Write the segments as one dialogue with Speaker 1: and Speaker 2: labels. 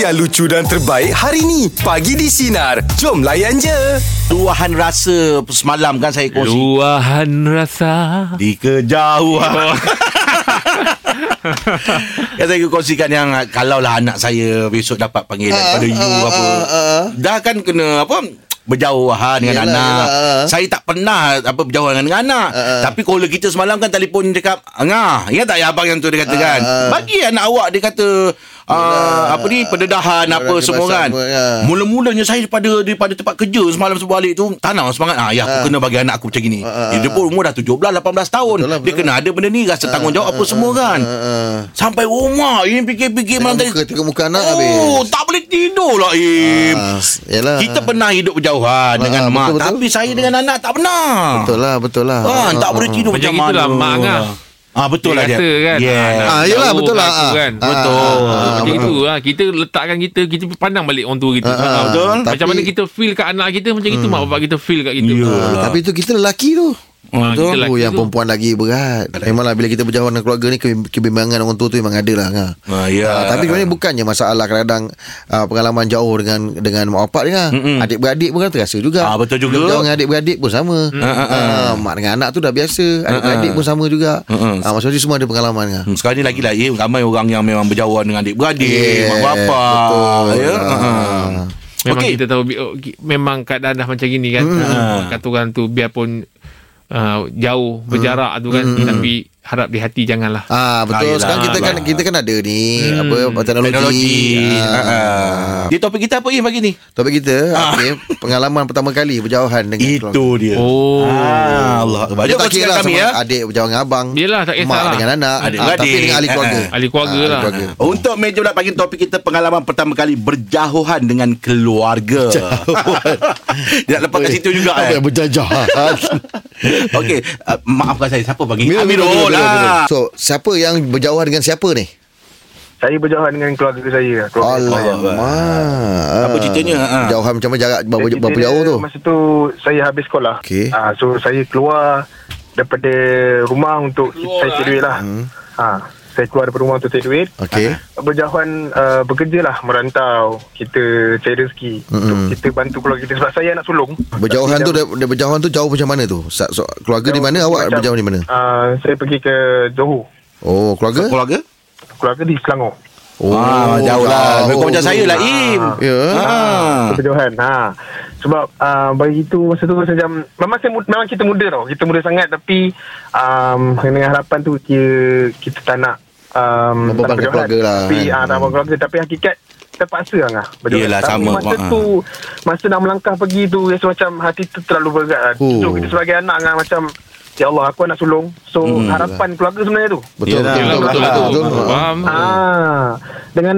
Speaker 1: yang lucu dan terbaik hari ni. Pagi di Sinar. Jom layan je.
Speaker 2: Luahan rasa semalam kan saya kongsi.
Speaker 3: Luahan rasa
Speaker 2: Di kejauhan. Kan saya kongsikan yang kalaulah anak saya besok dapat panggilan
Speaker 4: Ah,
Speaker 2: pada you apa. Dah kan kena apa berjauhan dengan
Speaker 4: Yelah, ah,
Speaker 2: anak.
Speaker 4: yelah.
Speaker 2: Saya tak pernah apa berjauhan dengan anak.
Speaker 4: ah.
Speaker 2: Tapi caller kita semalam kan telefon cakap, "Angah, ingat tak ya abang yang tu dia kata
Speaker 4: Ah,
Speaker 2: kan? Bagi anak awak dia kata Uh, apa ni pendedahan apa
Speaker 4: Orang
Speaker 2: semua kan
Speaker 4: kebasan pun, ya.
Speaker 2: mula-mulanya saya daripada daripada tempat kerja semalam sebalik tu tanam semangat ah ya aku kena bagi anak aku macam gini
Speaker 4: ah,
Speaker 2: dia, dia pun umur dah 17 18 tahun
Speaker 4: Betul lah, Ah,
Speaker 2: dia
Speaker 4: betul
Speaker 2: kena ada benda ni rasa tanggungjawab apa semua kan
Speaker 4: Uh,
Speaker 2: Sampai rumah Ini fikir-fikir malam tadi
Speaker 4: muka, tengok muka anak
Speaker 2: Oh
Speaker 4: habis.
Speaker 2: tak boleh tidur lah Im
Speaker 4: Ah, yalah.
Speaker 2: Kita pernah hidup berjauhan Dengan
Speaker 4: betul,
Speaker 2: mak
Speaker 4: betul. Ah.
Speaker 2: Tapi saya dengan anak tak pernah
Speaker 4: Betul lah, betul lah.
Speaker 2: Ah, Tak boleh tidur
Speaker 3: Macam
Speaker 2: macam
Speaker 3: itulah
Speaker 2: mana
Speaker 3: mak Angah.
Speaker 2: Ah betul lah dia.
Speaker 3: Dia kata kan
Speaker 2: Yeah.
Speaker 3: anak
Speaker 4: Ah, yelah,
Speaker 3: jauh
Speaker 4: betul lah,
Speaker 3: aku
Speaker 4: ah.
Speaker 3: kan.
Speaker 4: Ah,
Speaker 2: Betul.
Speaker 3: Ah, Macam itu lah Kita letakkan kita Kita pandang balik orang tua kita
Speaker 4: ah,
Speaker 3: Ah,
Speaker 4: betul.
Speaker 3: Macam
Speaker 4: Tapi- Hmm.
Speaker 3: mana kita feel kat anak kita Macam itu mak bapak kita feel kat kita
Speaker 2: Yelah.
Speaker 3: Ah,
Speaker 4: Ah, Tapi tu kita lelaki tu.
Speaker 3: Ah, kita
Speaker 4: Betul.
Speaker 3: lelaki
Speaker 4: Oh, yang
Speaker 3: tu.
Speaker 4: perempuan lagi berat. Memanglah bila kita berjauhan dengan keluarga ni kebim- kebimbangan orang tua tu memang ada lah. Ha.
Speaker 2: Ah, ya.
Speaker 4: Ah, tapi sebenarnya bukannya masalah kadang-kadang ah, pengalaman jauh dengan dengan mak bapak ni kan. Adik-beradik pun kan terasa juga.
Speaker 2: Ah, betul juga.
Speaker 4: Bila Jauh dengan adik-beradik pun sama. Ah, mak dengan anak tu dah biasa. Adik-beradik pun sama juga. Ah, maksudnya semua ada pengalaman kan.
Speaker 2: Hmm, Sekarang ni lagi lah Im, Ramai orang yang memang berjauhan Dengan adik-beradik
Speaker 4: Yeah,
Speaker 2: Mak bapak
Speaker 4: betul.
Speaker 2: ya?
Speaker 4: Ah.
Speaker 2: Ah.
Speaker 3: Memang
Speaker 2: Okey.
Speaker 3: okay. kita tahu bi- oh, ki- Memang keadaan dah macam gini kan
Speaker 2: Ah.
Speaker 3: hmm. Kata orang tu Biarpun uh, Jauh Berjarak tu kan Tapi Harap di hati janganlah
Speaker 4: Hmm. Ah
Speaker 2: Ah,
Speaker 4: betul
Speaker 2: yelah.
Speaker 3: lah.
Speaker 4: sekarang kita kan
Speaker 2: Yelah.
Speaker 4: kita kan ada ni apa teknologi.
Speaker 2: Mm. Teknologi
Speaker 4: Ah.
Speaker 2: Ah. Dia topik kita apa Im pagi ni?
Speaker 4: Topik kita okay, pengalaman pertama kali berjauhan dengan
Speaker 2: Ah.
Speaker 4: keluarga.
Speaker 2: Itu dia
Speaker 3: Oh
Speaker 2: Ah, Allah. Jom
Speaker 4: tak
Speaker 2: kongsikan
Speaker 4: kira lah
Speaker 2: kami
Speaker 4: sama
Speaker 2: ya.
Speaker 4: adik berjauhan dengan abang.
Speaker 3: Yelah, tak kisah
Speaker 4: mak
Speaker 3: lah.
Speaker 4: dengan anak.
Speaker 2: Adik
Speaker 4: Ah, tapi
Speaker 2: beradik. Oh,
Speaker 4: dengan ahli keluarga.
Speaker 2: Ah,
Speaker 3: ah. Ahli keluarga lah.
Speaker 2: Untuk meja bulat pagi topik kita pengalaman pertama kali berjauhan dengan keluarga. Dia nak lepas kat situ juga eh.
Speaker 4: Apa yang berjajahan?
Speaker 2: Okey, uh, maafkan saya siapa bagi? Amirul lah.
Speaker 4: So, siapa yang berjauhan dengan siapa ni?
Speaker 5: Saya berjauhan dengan keluarga saya. Keluarga saya.
Speaker 4: Alamak.
Speaker 2: Apa ceritanya? Ha.
Speaker 4: Berjauhan macam mana jarak berapa,
Speaker 5: Jadi
Speaker 4: berapa
Speaker 5: bila
Speaker 4: jauh tu?
Speaker 5: Masa tu saya habis sekolah.
Speaker 4: Okey.
Speaker 5: Ah, so saya keluar daripada rumah untuk
Speaker 3: Keluar
Speaker 5: saya
Speaker 3: lah,
Speaker 5: cari duit lah.
Speaker 4: Hmm.
Speaker 5: Ah, saya keluar daripada rumah untuk cari duit.
Speaker 4: Okey.
Speaker 5: Berjauhan uh, bekerja lah merantau. Kita cari rezeki. Untuk kita bantu keluarga kita sebab saya anak sulung.
Speaker 4: Hmm, Berjauhan
Speaker 5: Tapi
Speaker 4: tu
Speaker 5: dah-
Speaker 4: dia- dia berjauhan tu jauh macam mana tu? Sa- So, keluarga di mana
Speaker 5: macam-
Speaker 4: awak berjauhan di mana?
Speaker 5: Ah, saya pergi ke Johor.
Speaker 4: Oh, keluarga?
Speaker 2: Keluarga?
Speaker 5: Keluarga di Selangor.
Speaker 4: Oh,
Speaker 2: ah, jauh lah. Kau macam saya lah, Im.
Speaker 4: Ya.
Speaker 2: Ah.
Speaker 5: Perjohan ha. Sebab uh, Bagi itu Masa tu saya macam Memang, saya, mu- memang kita muda tau Kita muda sangat Tapi um, Dengan harapan tu Kita, kita tak nak um,
Speaker 4: Membebankan
Speaker 5: tak nak berjohan.
Speaker 4: keluarga lah,
Speaker 5: Tapi
Speaker 4: kan?
Speaker 5: ah, tak nak keluarga Tapi hakikat Terpaksa lah berjohan.
Speaker 2: Yelah,
Speaker 5: Tapi
Speaker 2: sama,
Speaker 5: Masa
Speaker 2: Mak,
Speaker 5: tu Masa nak melangkah pergi tu Rasa macam Hati tu terlalu berat lah.
Speaker 4: Oh.
Speaker 5: Jujur kita sebagai anak kan, Macam Ya Allah aku anak sulung So harapan keluarga sebenarnya tu
Speaker 4: Betul,
Speaker 2: Yelah,
Speaker 4: Ah, betul,
Speaker 3: Yelah,
Speaker 4: betul,
Speaker 3: betul,
Speaker 2: lah.
Speaker 3: betul,
Speaker 4: betul.
Speaker 3: Faham
Speaker 5: Ah, dengan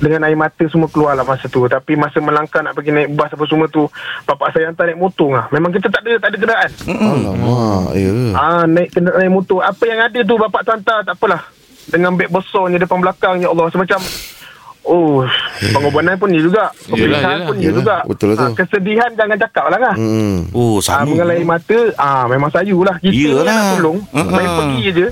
Speaker 5: dengan air mata semua keluar lah masa tu tapi masa melangkah nak pergi naik bas apa semua tu bapak saya hantar naik motor lah memang kita tak ada tak ada kenderaan
Speaker 4: Alamak, ya.
Speaker 5: ah naik kena naik motor apa yang ada tu bapak tu hantar tak apalah dengan beg besarnya depan belakang ya Allah macam Oh, pengorbanan pun ni juga.
Speaker 3: yelah,
Speaker 5: Pemilihan pun ni
Speaker 4: yelah.
Speaker 5: juga.
Speaker 4: Betul tu.
Speaker 5: Ah, kesedihan jangan cakap lah kan.
Speaker 4: Hmm.
Speaker 2: Oh,
Speaker 5: Ah,
Speaker 2: sama.
Speaker 5: mengenai mata, ah memang sayulah. Kita
Speaker 2: Yelah.
Speaker 5: nak tolong.
Speaker 2: Uh-uh.
Speaker 5: Saya pergi je.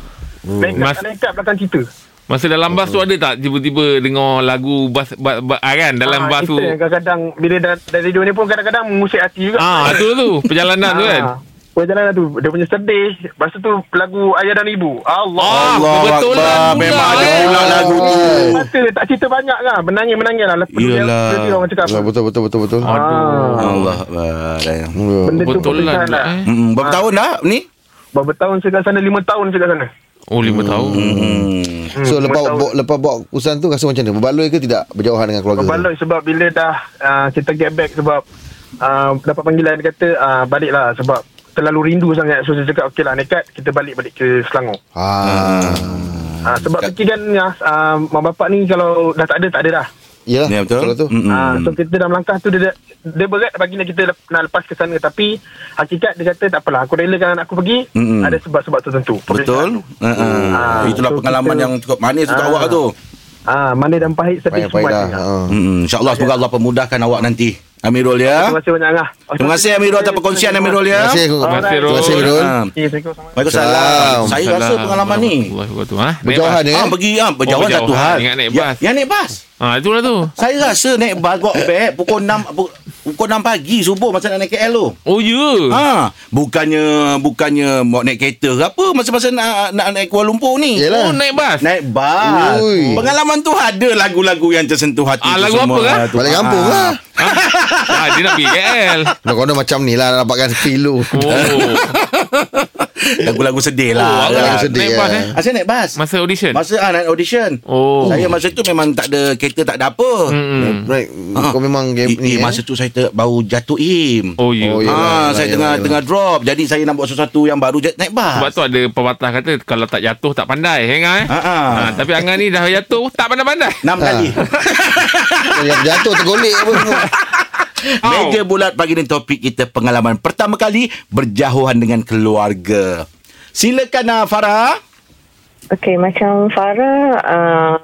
Speaker 5: Naik kat,
Speaker 3: Mas-
Speaker 5: naik kat belakang kita.
Speaker 3: Masa dalam bas tu ada tak Tiba-tiba dengar lagu bas, bas, bas, ah, kan Dalam
Speaker 5: Ah,
Speaker 3: bas
Speaker 5: kita
Speaker 3: tu
Speaker 5: yang kadang-kadang bila dah, dah radio ni pun kadang-kadang mengusik hati juga.
Speaker 3: Ah, tu tu Perjalanan tu kan
Speaker 2: Ah.
Speaker 5: Perjalanan tu Dia punya sedih Lepas tu lagu Ayah dan Ibu Allah
Speaker 3: Ah,
Speaker 2: Allah
Speaker 3: kebetulan
Speaker 2: Akbar.
Speaker 3: pula,
Speaker 2: Memang ada lah.
Speaker 3: eh.
Speaker 2: ulang lagu tu.
Speaker 5: Mata tak cerita banyak kan Menangis-menangis lah Lepas tu dia-
Speaker 2: Yelah. Lah,
Speaker 5: dia tengok orang cakap apa.
Speaker 4: Betul, Lah, betul, betul, betul, betul.
Speaker 5: Ah,
Speaker 2: Allah Akbar.
Speaker 4: Ya.
Speaker 5: Benda
Speaker 3: Kebetulan
Speaker 5: tu perpisahan
Speaker 3: pula,
Speaker 5: lah
Speaker 3: eh.
Speaker 2: Hmm, berapa tahun dah ni?
Speaker 5: Berapa tahun saya kat sana Lima tahun saya kat sana
Speaker 3: Oh lima tahun
Speaker 2: Hmm.
Speaker 5: Hmm,
Speaker 4: So
Speaker 5: lima
Speaker 4: lepas
Speaker 5: tahun.
Speaker 4: bawa, lepas bawa urusan tu rasa macam mana? Berbaloi ke tidak berjauhan dengan keluarga?
Speaker 5: Berbaloi sebab bila dah uh, Kita get back sebab uh, Dapat panggilan dia kata uh, Baliklah sebab Terlalu rindu sangat So saya cakap Okey lah nekat Kita balik-balik ke Selangor
Speaker 4: Ha. Ah.
Speaker 5: Ah,
Speaker 2: Hmm,
Speaker 5: sebab fikiran ya, ah, mak bapak ni kalau dah tak ada tak ada dah.
Speaker 4: Yalah,
Speaker 2: Ya betul.
Speaker 4: Kalau tu.
Speaker 2: Mm-mm.
Speaker 5: Ah, so kita dah melangkah tu dia dia berat bagi nak kita lep- nak lepas ke sana tapi hakikat dia kata tak apalah aku relakan anak aku pergi
Speaker 2: Mm-mm.
Speaker 5: ada sebab-sebab tertentu.
Speaker 2: Hmm. Betul. Ha, ha.
Speaker 5: Ah,
Speaker 2: Itulah
Speaker 5: so
Speaker 2: pengalaman
Speaker 5: kita-
Speaker 2: yang cukup manis untuk
Speaker 5: Ah.
Speaker 2: awak tu.
Speaker 5: Ah, mana dan pahit sedih
Speaker 4: Payah-payah
Speaker 5: semua
Speaker 4: dah.
Speaker 2: lah.
Speaker 5: ada.
Speaker 4: Ha.
Speaker 2: Hmm, InsyaAllah semoga Allah pemudahkan awak nanti Amirul ya.
Speaker 5: Terima kasih banyak Angah.
Speaker 2: Terima kasih Amirul atas perkongsian Amirul
Speaker 4: Terima
Speaker 2: ya.
Speaker 4: kasih
Speaker 5: Terima kasih,
Speaker 4: Terima kasih
Speaker 2: Ah.
Speaker 4: Rul
Speaker 5: Okay, Assalamualaikum.
Speaker 2: Waalaikumsalam. Saya rasa
Speaker 3: Assalamualaikum
Speaker 2: pengalaman ni.
Speaker 3: warahmatullahi wabarakatuh. Ha? Naik
Speaker 4: Berjauhan
Speaker 3: bas.
Speaker 4: eh
Speaker 2: Ah pergi ah berjauhan
Speaker 3: Oh,
Speaker 2: satu
Speaker 3: berjauhan.
Speaker 2: hal.
Speaker 3: Ingat naik
Speaker 2: Ya-
Speaker 3: bas.
Speaker 2: Yang naik bas.
Speaker 3: Ah itulah tu.
Speaker 2: Saya rasa naik bas gok back eh, pukul 6 pukul 6 pagi subuh masa nak naik KL tu.
Speaker 3: Oh ya. Yeah.
Speaker 2: Ha, bukannya bukannya mau naik kereta ke apa masa-masa nak, nak naik Kuala Lumpur ni.
Speaker 4: Yelah.
Speaker 3: Oh naik bas.
Speaker 2: Naik bas.
Speaker 4: Ui.
Speaker 2: Pengalaman tu ada lagu-lagu yang tersentuh hati
Speaker 3: Ah,
Speaker 2: tu
Speaker 3: lagu
Speaker 2: semua.
Speaker 3: apa kan?
Speaker 2: tu.
Speaker 4: Balik kampung
Speaker 2: Ah.
Speaker 4: lah
Speaker 3: ah, dia nak pergi KL.
Speaker 4: Nak kono macam ni lah Dapatkan kilo
Speaker 3: Oh.
Speaker 2: Lagu-lagu sedih lah.
Speaker 3: Oh,
Speaker 4: awak
Speaker 2: Kan?
Speaker 3: agak
Speaker 4: sedih,
Speaker 3: naik bas
Speaker 4: ya.
Speaker 3: eh.
Speaker 2: Ah, saya naik bas.
Speaker 3: Masa audition.
Speaker 2: Masa ah, naik audition.
Speaker 3: Oh.
Speaker 2: Saya masa tu memang tak ada kereta, tak ada apa.
Speaker 3: Mm-mm.
Speaker 4: Right
Speaker 2: Ah.
Speaker 4: Kau memang game
Speaker 2: Eh, eh,
Speaker 4: ni eh.
Speaker 2: masa tu saya ter, baru jatuh im.
Speaker 3: Oh ya.
Speaker 4: Oh,
Speaker 3: Yeah.
Speaker 4: ya.
Speaker 2: ah,
Speaker 4: Yelah,
Speaker 2: saya
Speaker 4: yelah,
Speaker 2: tengah
Speaker 4: yelah.
Speaker 2: tengah drop. Jadi saya nak buat sesuatu yang baru je- naik bas.
Speaker 3: Sebab tu ada pepatah kata kalau tak jatuh tak pandai, eh Angah eh.
Speaker 2: Ah, ah.
Speaker 3: Ah, tapi Angah ni dah jatuh tak pandai-pandai.
Speaker 4: Ah.
Speaker 2: Enam kali.
Speaker 4: Yang jatuh tergolek apa semua
Speaker 2: Meja bulat pagi ni topik kita pengalaman pertama kali berjauhan dengan keluarga. Silakan ah, Farah.
Speaker 6: Okay, macam Farah, uh,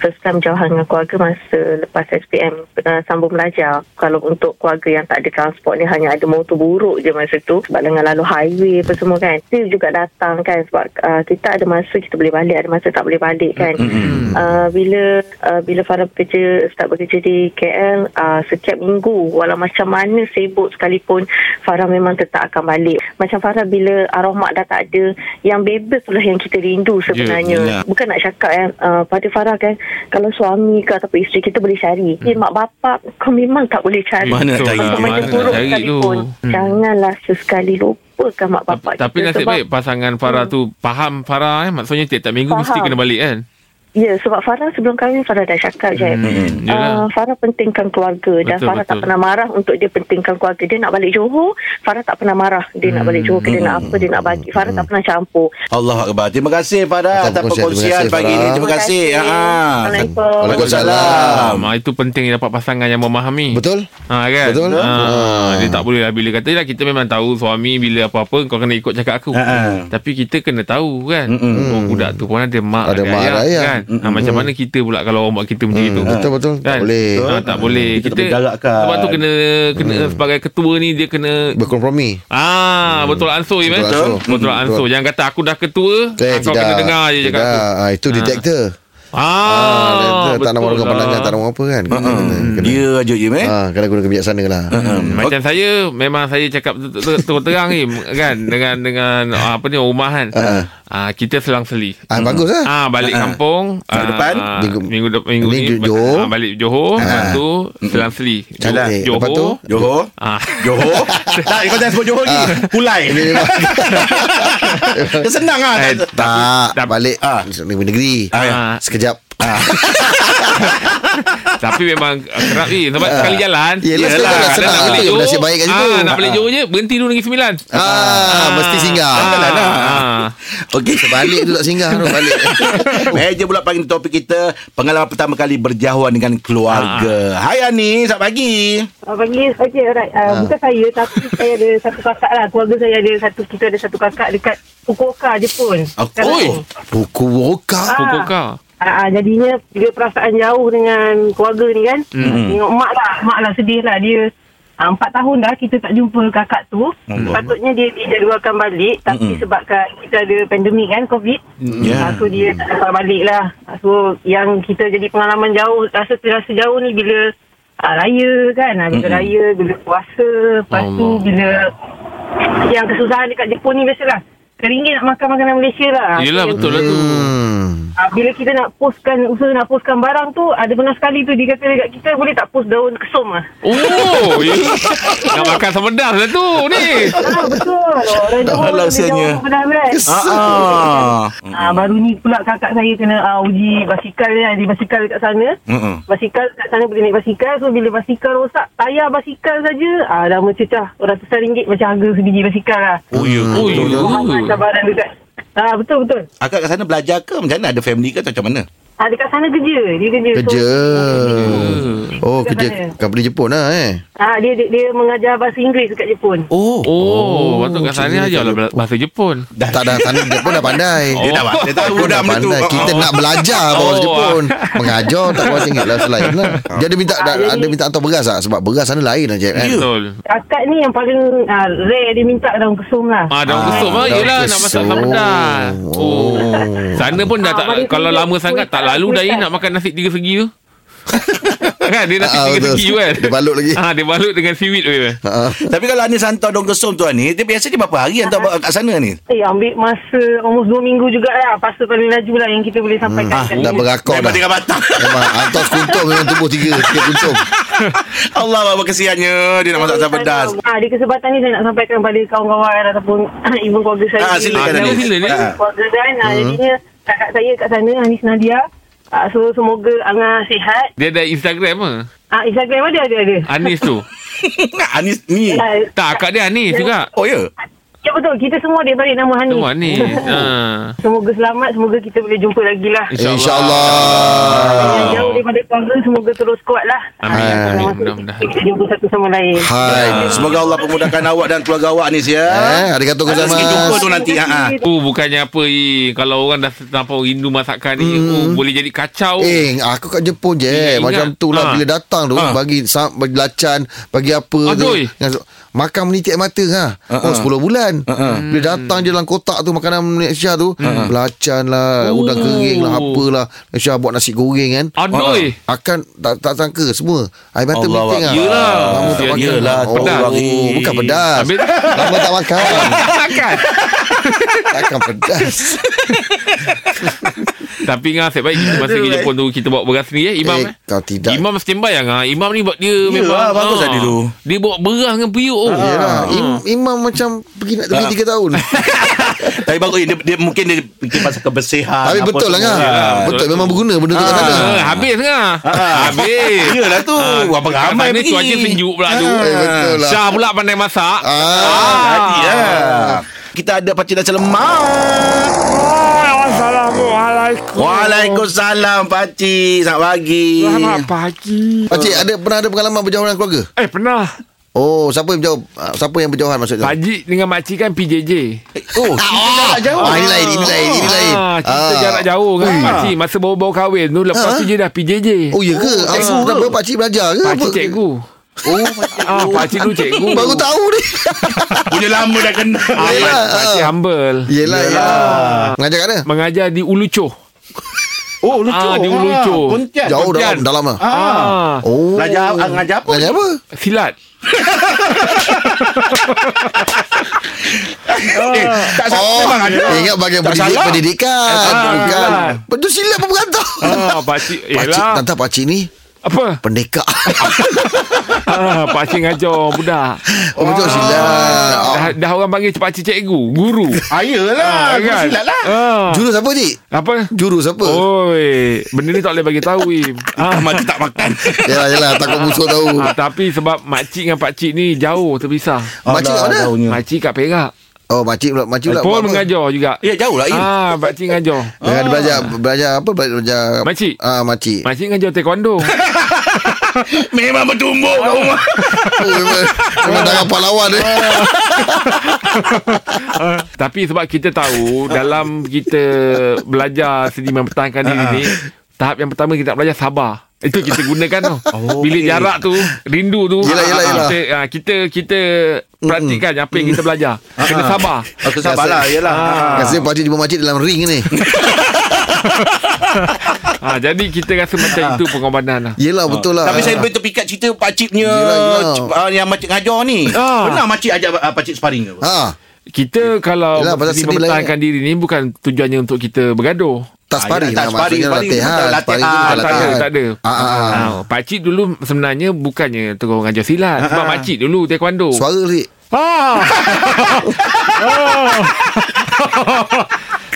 Speaker 6: first time jauhan dengan keluarga masa lepas SPM uh, sambung belajar. Kalau untuk keluarga yang tak ada transport ni hanya ada motor buruk je masa tu. Sebab dengan lalu highway apa semua kan. Dia juga datang kan sebab uh, kita ada masa kita boleh balik, ada masa tak boleh balik kan. Mm-hmm. Uh, bila uh, bila Farah bekerja, start bekerja di KL, uh, setiap minggu walau macam mana sibuk sekalipun Farah memang tetap akan balik. Macam Farah bila arwah mak dah tak ada, yang bebas lah yang kita rindu sebenarnya.
Speaker 2: Ya, ya.
Speaker 6: Yeah. Bukan nak cakap kan uh, pada Farah kan kalau suami ke ataupun isteri kita boleh cari. Eh mak bapak kau memang tak boleh cari.
Speaker 2: Mana nak
Speaker 3: Betul
Speaker 2: cari?
Speaker 3: lah,
Speaker 6: Macam
Speaker 3: Mm. Mana
Speaker 6: mana
Speaker 3: nak cari tu.
Speaker 6: buruk
Speaker 3: Mm.
Speaker 6: sekalipun. Hmm. Janganlah sesekali lupakan mak bapak
Speaker 3: Tapi
Speaker 6: kita.
Speaker 3: nasib
Speaker 6: Sebab- Hmm.
Speaker 3: baik pasangan Farah tu faham Farah eh. Maksudnya tiap-tiap minggu mesti
Speaker 6: Faham.
Speaker 3: kena balik kan.
Speaker 6: Ya, sebab Farah sebelum kahwin Farah dah cakap je. Hmm,
Speaker 3: yelah.
Speaker 6: uh, Farah pentingkan keluarga dan
Speaker 3: Betul,
Speaker 6: Farah tak
Speaker 3: betul.
Speaker 6: pernah marah untuk dia pentingkan keluarga. Dia nak balik Johor, Farah tak pernah marah. Dia nak balik Johor, ke dia nak
Speaker 3: Hmm.
Speaker 6: apa, dia nak bagi. Farah tak pernah campur.
Speaker 2: Allah Akbar. Terima kasih Farah atas
Speaker 4: Atas
Speaker 2: perkongsian
Speaker 4: perkongsian. Terima kasih,
Speaker 2: pagi ini.
Speaker 4: Farah.
Speaker 2: Terima kasih. Ah.
Speaker 6: Assalamualaikum.
Speaker 2: Waalaikumsalam.
Speaker 3: Um, itu penting dapat pasangan yang memahami.
Speaker 4: Betul
Speaker 3: Ha kan?
Speaker 4: Betul.
Speaker 3: Ha,
Speaker 4: Ah.
Speaker 3: Dia tak boleh lah bila kata lah kita memang tahu suami bila apa-apa kau kena ikut cakap aku.
Speaker 2: Ha,
Speaker 4: Ah,
Speaker 2: ha.
Speaker 3: Tapi kita kena tahu kan.
Speaker 2: Mm-mm.
Speaker 3: Oh budak tu pun ada mak
Speaker 4: Ada mak, ada ayah.
Speaker 3: kan. Ha, macam mana kita pula kalau orang buat kita macam itu.
Speaker 4: Hmm, Betul betul
Speaker 3: Kan?
Speaker 4: Tak boleh
Speaker 3: ha, Tak boleh
Speaker 2: Kita tak boleh jarakkan.
Speaker 3: Sebab tu kena kena Sebagai ketua ni Dia kena
Speaker 4: Berkompromi
Speaker 3: Ah, betul ansur Betul
Speaker 4: Hmm. Betul ansur.
Speaker 3: Betul
Speaker 4: Hmm,
Speaker 3: ansur.
Speaker 4: betul.
Speaker 3: Jangan kata aku dah ketua,
Speaker 4: Eh,
Speaker 3: ah, kau kena dengar je cakap
Speaker 4: Tidak.
Speaker 3: aku.
Speaker 4: Ah, itu detektor.
Speaker 3: Ah,
Speaker 4: Ah, tak nak orang
Speaker 3: betul
Speaker 4: pandang,
Speaker 3: lah.
Speaker 4: tak nak apa kan. Kena, kena, kena.
Speaker 2: Dia aja je eh.
Speaker 4: Ah, kena guna kebijaksanaan lah.
Speaker 3: Hmm, Macam saya Memang saya cakap ter- ter- Terus terang ni Kan Dengan dengan ah, Apa ni Rumah kan
Speaker 4: Ah.
Speaker 3: ah, Kita selang seli
Speaker 4: Ah, bagus lah.
Speaker 3: Ah balik kampung
Speaker 2: Minggu depan?
Speaker 3: minggu
Speaker 4: Minggu-
Speaker 3: minggu, de- minggu
Speaker 4: Minggu
Speaker 3: ni
Speaker 4: Johor.
Speaker 3: ah, balik Johor lepas tu Selang Seli
Speaker 4: Jalan. Eh, lepas tu?
Speaker 3: Johor
Speaker 2: Johor.
Speaker 3: ah
Speaker 2: Johor. tak kau jangan sebut Johor
Speaker 4: Ah.
Speaker 2: lagi. Pulai. Dia senang ah.
Speaker 3: Eh,
Speaker 2: Tak-
Speaker 4: Tak,
Speaker 3: tak-
Speaker 4: balik
Speaker 2: ah.
Speaker 4: negeri.
Speaker 2: Ah, ya.
Speaker 3: Ah.
Speaker 4: Sekejap.
Speaker 3: Tapi memang uh, kerap ni Sebab sekali jalan
Speaker 4: Ah. Yelah, sekali
Speaker 3: Yelah,
Speaker 4: jalan,
Speaker 3: kadang
Speaker 4: senang.
Speaker 3: nak beli
Speaker 4: Itu yang
Speaker 3: Johor,
Speaker 4: nasib baik kat situ.
Speaker 3: ah, Nak beli Johor je Berhenti dulu Negeri Sembilan
Speaker 4: Ah, mesti singgah.
Speaker 3: Ah,
Speaker 2: lah.
Speaker 3: ah.
Speaker 2: Okey.
Speaker 4: Balik tu tak singgah tu balik.
Speaker 2: Meja Eh, pula pagi ni topik kita pengalaman pertama kali berjauhan dengan keluarga.
Speaker 4: Ah,
Speaker 2: Hai Ani, selamat pagi.
Speaker 7: Uh, pagi, okey, alright. Uh, Bukan saya, tapi saya ada satu kakak lah. Keluarga saya ada satu, kita ada satu kakak dekat Fukuoka, Jepun.
Speaker 2: Oh,
Speaker 3: Oi
Speaker 4: Buku woka.
Speaker 3: Fukuoka
Speaker 7: Uh, jadinya, dia perasaan jauh dengan keluarga ni kan. Mm. Tengok mak lah, mak lah sedih lah. Dia ah, empat tahun dah kita tak jumpa kakak tu.
Speaker 2: Allah.
Speaker 7: Patutnya dia dijadualkan balik,
Speaker 2: Mm-mm.
Speaker 7: tapi sebabkan kita ada pandemik kan, COVID.
Speaker 2: Ya.
Speaker 7: Yeah. So dia tak dapat balik lah So yang kita jadi pengalaman jauh Rasa terasa jauh ni bila uh, Raya kan Ah, Bila
Speaker 2: Mm-mm.
Speaker 7: raya, bila puasa Lepas tu
Speaker 3: Allah.
Speaker 7: bila Yang kesusahan dekat Jepun ni biasalah Teringin nak makan makanan Malaysia lah
Speaker 3: Yelah
Speaker 7: So,
Speaker 3: betul lah tu
Speaker 4: Hmm.
Speaker 7: ah, Bila kita nak postkan Usaha nak postkan barang tu Ada benar sekali tu Dia kata dekat kita Boleh tak post daun kesum lah
Speaker 3: Oh ya. Nak makan semedas lah tu Ni
Speaker 7: ah, Betul Orang Jepun
Speaker 2: Dah lah usianya.
Speaker 7: Benar-benar kan?
Speaker 2: Ah, ah.
Speaker 7: Ah, baru ni pula kakak saya kena ah, uji basikal kan? dia, di basikal dekat sana.
Speaker 2: Mm-mm.
Speaker 7: Basikal kat sana boleh naik basikal. So bila basikal rosak, tayar basikal saja ah, dah mencecah RM100 macam harga sebiji basikal lah.
Speaker 2: Oh ya.
Speaker 3: Oh ya
Speaker 4: Hmm.
Speaker 7: Uh. Cabaran dekat. Ah, betul betul.
Speaker 2: Akak kat sana belajar ke macam mana ada family ke atau macam mana?
Speaker 7: Ah, dekat sana kerja, dia kerja.
Speaker 4: Kerja.
Speaker 7: So,
Speaker 4: Oh,
Speaker 7: Dekat
Speaker 4: kerja
Speaker 7: mana?
Speaker 4: company Jepun lah eh.
Speaker 7: Ah, dia, dia dia mengajar bahasa Inggeris dekat Jepun.
Speaker 2: Oh.
Speaker 3: Oh, patut kat sana ajar lah bahasa Jepun.
Speaker 4: Tak dah Sana dia pun dah pandai
Speaker 2: Oh. Dia dah dia tahu
Speaker 4: Pun
Speaker 2: dah
Speaker 4: dah
Speaker 2: benda tu.
Speaker 4: pandai Kita nak belajar
Speaker 3: Oh.
Speaker 4: Bahasa Jepun Mengajar tak bahasa Inggeris lah Selain lah Dia ada minta dah, Ada minta hantar beras tak Sebab beras sana lain lah Jeb kan
Speaker 2: Ya,
Speaker 3: Betul.
Speaker 7: Kakak ni yang paling uh, rare dia minta daun kesum lah.
Speaker 3: Ah,
Speaker 2: Ah,
Speaker 3: daun kesum ah,
Speaker 4: daun
Speaker 3: yelah nak masak
Speaker 4: kesum.
Speaker 3: sambal pedas. Oh. Sana pun dah
Speaker 7: Ah,
Speaker 3: tak
Speaker 7: mari
Speaker 3: kalau
Speaker 7: tunjuk
Speaker 3: lama
Speaker 7: kuih
Speaker 3: sangat tak
Speaker 7: tak,
Speaker 3: lalu
Speaker 7: kuih
Speaker 3: dah
Speaker 7: tak.
Speaker 3: nak makan nasi tiga segi tu. kan dia nasi
Speaker 4: Ah,
Speaker 3: tiga
Speaker 4: betul.
Speaker 3: segi tu kan.
Speaker 4: Dia balut lagi.
Speaker 3: Ah, dia balut dengan seaweed tu. je.
Speaker 4: Ah.
Speaker 2: Tapi kalau Anis hantar dong kesum tu Anis, dia biasa dia berapa hari hantar kat sana ni?
Speaker 7: Eh, ambil masa almost 2 minggu jugalah. Pasal paling laju lah yang kita boleh sampaikan.
Speaker 4: Ah, dah berakor dah
Speaker 2: Daripada kat Batam.
Speaker 4: Memang Hantar sekuntum Memang tubuh tiga Tiga kuntum
Speaker 2: Allah apa kesiannya dia nak masak sambal pedas.
Speaker 7: Ah, di kesempatan ni saya nak sampaikan pada kawan-kawan ataupun even keluarga
Speaker 2: Ah,
Speaker 7: saya.
Speaker 2: silakan,
Speaker 7: sendiri.
Speaker 3: Anis. Sila, sila,
Speaker 2: Anis.
Speaker 7: Keluarga kan. Ah, jadinya kakak saya kat sana, Anis Nadia. Ah, so, semoga Angah sihat.
Speaker 3: Dia ada Instagram ah.
Speaker 7: Ah, Instagram ada, ada, ada.
Speaker 3: Anis tu.
Speaker 2: Nak Anis ni.
Speaker 7: Ah,
Speaker 3: tak, akak dia Anis juga.
Speaker 2: Oh ya.
Speaker 7: Ya betul, kita semua dia balik nama Hanis.
Speaker 3: Tu Anis. Ha.
Speaker 7: Semoga selamat, semoga kita boleh jumpa lagi lah.
Speaker 4: InsyaAllah
Speaker 7: Yang jauh daripada keluarga, semoga terus kuat lah.
Speaker 3: Amin,
Speaker 7: Ah,
Speaker 3: amin.
Speaker 7: masa
Speaker 3: Mudah-mudahan.
Speaker 7: Kita jumpa satu sama lain.
Speaker 4: Hai
Speaker 2: Ah. Semoga Allah permudahkan awak dan keluarga awak Anis ya.
Speaker 4: Eh, ada kata
Speaker 2: Ada rezeki jumpa
Speaker 4: Kuzamas
Speaker 2: tu nanti. Ha. ha.
Speaker 3: Oh bukannya apa eh. Kalau orang dah terlampau rindu masakan ni hmm. oh, Boleh jadi kacau
Speaker 4: Eh, aku kat Jepun je.
Speaker 3: Ingat, ingat.
Speaker 4: Macam tu lah
Speaker 3: Ha. Ah,
Speaker 4: bila datang tu
Speaker 2: Ha.
Speaker 4: bagi sam, bagi lacan, bagi apa
Speaker 3: Adoi.
Speaker 4: tu. Dengan- Makan menitik mata ha.
Speaker 2: Ha,
Speaker 4: Oh,
Speaker 2: ha.
Speaker 4: 10 bulan.
Speaker 2: ha.
Speaker 4: Bila datang je dalam kotak tu makanan Malaysia tu, belacan lah, udang
Speaker 3: Oh. Ah,
Speaker 4: kering lah, apalah. Malaysia buat nasi goreng kan.
Speaker 3: Aduh
Speaker 4: Akan tak, tak sangka semua Air mata
Speaker 2: Ha, Allah
Speaker 4: menitik
Speaker 2: Allah.
Speaker 4: lah
Speaker 3: Yelah.
Speaker 4: Lama tak makan
Speaker 2: Yelah,
Speaker 3: pedas.
Speaker 4: oh, Bukan pedas
Speaker 3: Habis
Speaker 4: Lama tak makan
Speaker 3: Makan
Speaker 4: Takkan pedas
Speaker 3: Tapi ngah Asyik baik kita Masa ke Jepun tu Kita bawa beras sendiri eh Imam
Speaker 4: Eh,
Speaker 3: eh,
Speaker 4: kau tidak
Speaker 3: Imam standby yang ah. Imam ni buat dia
Speaker 2: Ya, ah,
Speaker 3: memang
Speaker 2: bagus lah dia tu.
Speaker 3: Dia bawa beras dengan periuk oh.
Speaker 4: Ah, Yelah, im, Imam macam pergi nak
Speaker 2: Ah.
Speaker 4: tepi 3 tahun
Speaker 2: Tapi bagus dia, dia mungkin dia fikir pasal kebersihan.
Speaker 4: Tapi
Speaker 2: apa
Speaker 4: betul lah
Speaker 2: semua.
Speaker 4: kan Betul memang berguna benda tu kat sana
Speaker 3: Ah, habis ngah. Habis.
Speaker 2: Yelah tu. Apa ramai
Speaker 3: ni
Speaker 2: pergi.
Speaker 3: cuaca sejuk pula tu. Ah,
Speaker 4: Eh, betul lah.
Speaker 3: Syah pula pandai masak.
Speaker 4: Ah,
Speaker 2: Jadi ya. Kita ada Pakcik Nasi Lemak.
Speaker 3: Assalamualaikum.
Speaker 2: Waalaikumsalam Pakcik. Selamat pagi.
Speaker 3: Selamat pagi.
Speaker 4: Pakcik ada pernah ada pengalaman berjauhan dengan keluarga?
Speaker 3: Eh pernah
Speaker 4: Oh, siapa yang berjauh? ah, Siapa yang berjauhan maksudnya?
Speaker 3: Pakcik dengan makcik kan PJJ
Speaker 2: Oh, jarak jauh.
Speaker 4: Ah, ini lain, ini lain, ini lain.
Speaker 3: ah, Kita jarak jauh kan Pakcik masa baru-baru kahwin tu Lepas tu dia dah PJJ
Speaker 4: Oh, ya ke? Apa kenapa pakcik belajar ke?
Speaker 3: Pakcik
Speaker 4: Apa?
Speaker 3: cikgu
Speaker 4: Oh,
Speaker 3: ah, Pakcik tu cikgu
Speaker 4: baru tahu ni.
Speaker 2: Punya lama dah kenal.
Speaker 3: ah,
Speaker 4: Yelah,
Speaker 3: pak- Pakcik
Speaker 4: ah.
Speaker 3: humble
Speaker 4: Yelah, ya. Mengajar kat mana?
Speaker 3: Mengajar di Ulucoh
Speaker 2: Oh,
Speaker 3: Ah, dia lucu.
Speaker 2: Pontian.
Speaker 4: Jauh
Speaker 2: Pontian.
Speaker 4: dalam, dalam lah.
Speaker 3: ah.
Speaker 4: Oh.
Speaker 2: Belajar ah, ngajar apa?
Speaker 4: Belajar apa?
Speaker 3: Silat
Speaker 2: Eh, tak salah
Speaker 4: Oh,
Speaker 2: memang ada.
Speaker 4: ingat bagian
Speaker 2: Tak
Speaker 4: pendidik,
Speaker 2: salah.
Speaker 4: pendidikan.
Speaker 3: Ah,
Speaker 4: Bukan.
Speaker 3: salah.
Speaker 4: Betul silap apa berantau?
Speaker 3: ah, Pakcik
Speaker 4: Pakcik,
Speaker 3: Yelah
Speaker 4: tante pakcik ni
Speaker 3: Apa
Speaker 4: pendekar.
Speaker 3: ah, Pakcik ngajar orang budak
Speaker 2: Ah.
Speaker 4: Oh, betul Ah, silap.
Speaker 3: dah, dah orang panggil pakcik cikgu Guru
Speaker 2: Ah, yelah. Guru silat lah.
Speaker 3: ah.
Speaker 4: Jurus apa, cik?
Speaker 3: Apa
Speaker 4: Jurus apa?
Speaker 3: Oh. Oi, benda ni tak boleh bagi tahu. Im. Ah,
Speaker 2: Mati tak makan.
Speaker 4: Yalah, yalah. Takut musuh tahu.
Speaker 3: ah, tapi sebab makcik dengan pakcik ni jauh terpisah.
Speaker 4: Makcik kat
Speaker 2: Alah,
Speaker 4: mana?
Speaker 2: jauhnya.
Speaker 3: Makcik kat Perak.
Speaker 4: Oh, makcik pula. Makcik pula.
Speaker 3: Pun
Speaker 4: buat apa?
Speaker 3: mengajar juga.
Speaker 2: Ya, jauh lah. Il.
Speaker 3: Ah, makcik mengajar.
Speaker 4: Jangan ah. belajar belajar apa belajar
Speaker 3: Makcik.
Speaker 4: Ah makcik.
Speaker 3: Makcik mengajar taekwondo.
Speaker 2: Memang bertumbuk kat rumah.
Speaker 4: Oh, memang memang tak apa lawan
Speaker 3: Ah.
Speaker 4: eh.
Speaker 3: tapi sebab kita tahu dalam kita belajar seni mempertahankan diri ni,
Speaker 4: Ah.
Speaker 3: tahap yang pertama kita nak belajar sabar. Itu kita gunakan tu. Bila jarak tu, rindu tu.
Speaker 4: Oh, Yelah, yelah, yelah.
Speaker 3: Kita, ah, kita kita praktikan apa yang kita belajar.
Speaker 4: Ah.
Speaker 3: Kena sabar. lah.
Speaker 2: Aku sabarlah. Yelah.
Speaker 4: Rasanya pakcik jumpa makcik dalam ring ni.
Speaker 3: Ha, jadi kita rasa macam
Speaker 4: Ah.
Speaker 3: itu pengorbanan lah.
Speaker 4: Yelah betul lah.
Speaker 2: Tapi saya boleh terpikat cerita pakcik punya
Speaker 4: Yelah, yelah.
Speaker 2: c- ah, yang makcik ngajar ni.
Speaker 3: Ah.
Speaker 2: Pernah makcik ajak ah, pakcik sparring ke?
Speaker 4: ha
Speaker 3: Kita kalau
Speaker 4: Yelah,
Speaker 3: Yelah,
Speaker 4: pasal seni kan.
Speaker 3: mempertahankan diri ni bukan tujuannya untuk kita bergaduh.
Speaker 4: tak sparring
Speaker 2: yelah,
Speaker 4: lah
Speaker 2: tak sparring,
Speaker 4: maksudnya
Speaker 2: sparring
Speaker 4: latihan.
Speaker 2: bukan
Speaker 4: Sparring tu
Speaker 2: latihan.
Speaker 3: Ah, tak ada,
Speaker 4: bukan latihan.
Speaker 3: tak ada.
Speaker 4: Ah, ah, ah. Ah.
Speaker 3: Ah, pakcik dulu sebenarnya bukannya terus mengajar silat. Sebab makcik dulu taekwondo.
Speaker 4: Suara ni.
Speaker 3: Ah.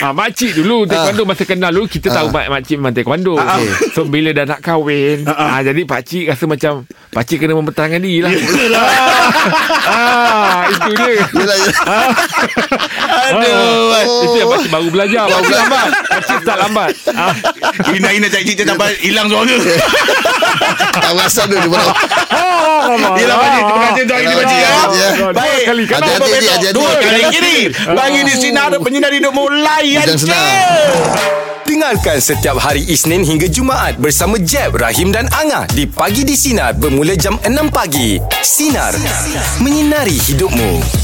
Speaker 3: Ah, makcik dulu taekwondo masa kenal dulu kita tahu mak makcik memang taekwondo.
Speaker 4: Okey.
Speaker 3: So bila dah nak kahwin, ah, jadi pakcik rasa macam pakcik kena mempertahankan diri lah. ah, itu dia.
Speaker 4: Yelah, yelah.
Speaker 3: Aduh. Itu yang pakcik baru belajar. Pakcik lambat. Pakcik start lambat. Ah.
Speaker 2: Ina-ina cakap cerita sampai hilang suara.
Speaker 4: Tak rasa tu dia pun.
Speaker 2: Yelah pakcik Terima kasih untuk hari ini pakcik ya.
Speaker 4: Ya.
Speaker 2: Baik
Speaker 3: Kali
Speaker 4: Ada-
Speaker 3: kenapa
Speaker 4: ada-
Speaker 2: Betul.
Speaker 4: Hati-hati, hati-hati.
Speaker 2: Dua kali kiri Bagi di sinar Penyinar hidup mulai
Speaker 4: Bidang senang.
Speaker 1: Dengarkan setiap hari Isnin hingga Jumaat bersama Jeb, Rahim dan Angah di Pagi di Sinar bermula jam 6 pagi. Sinar. Menyinari hidupmu.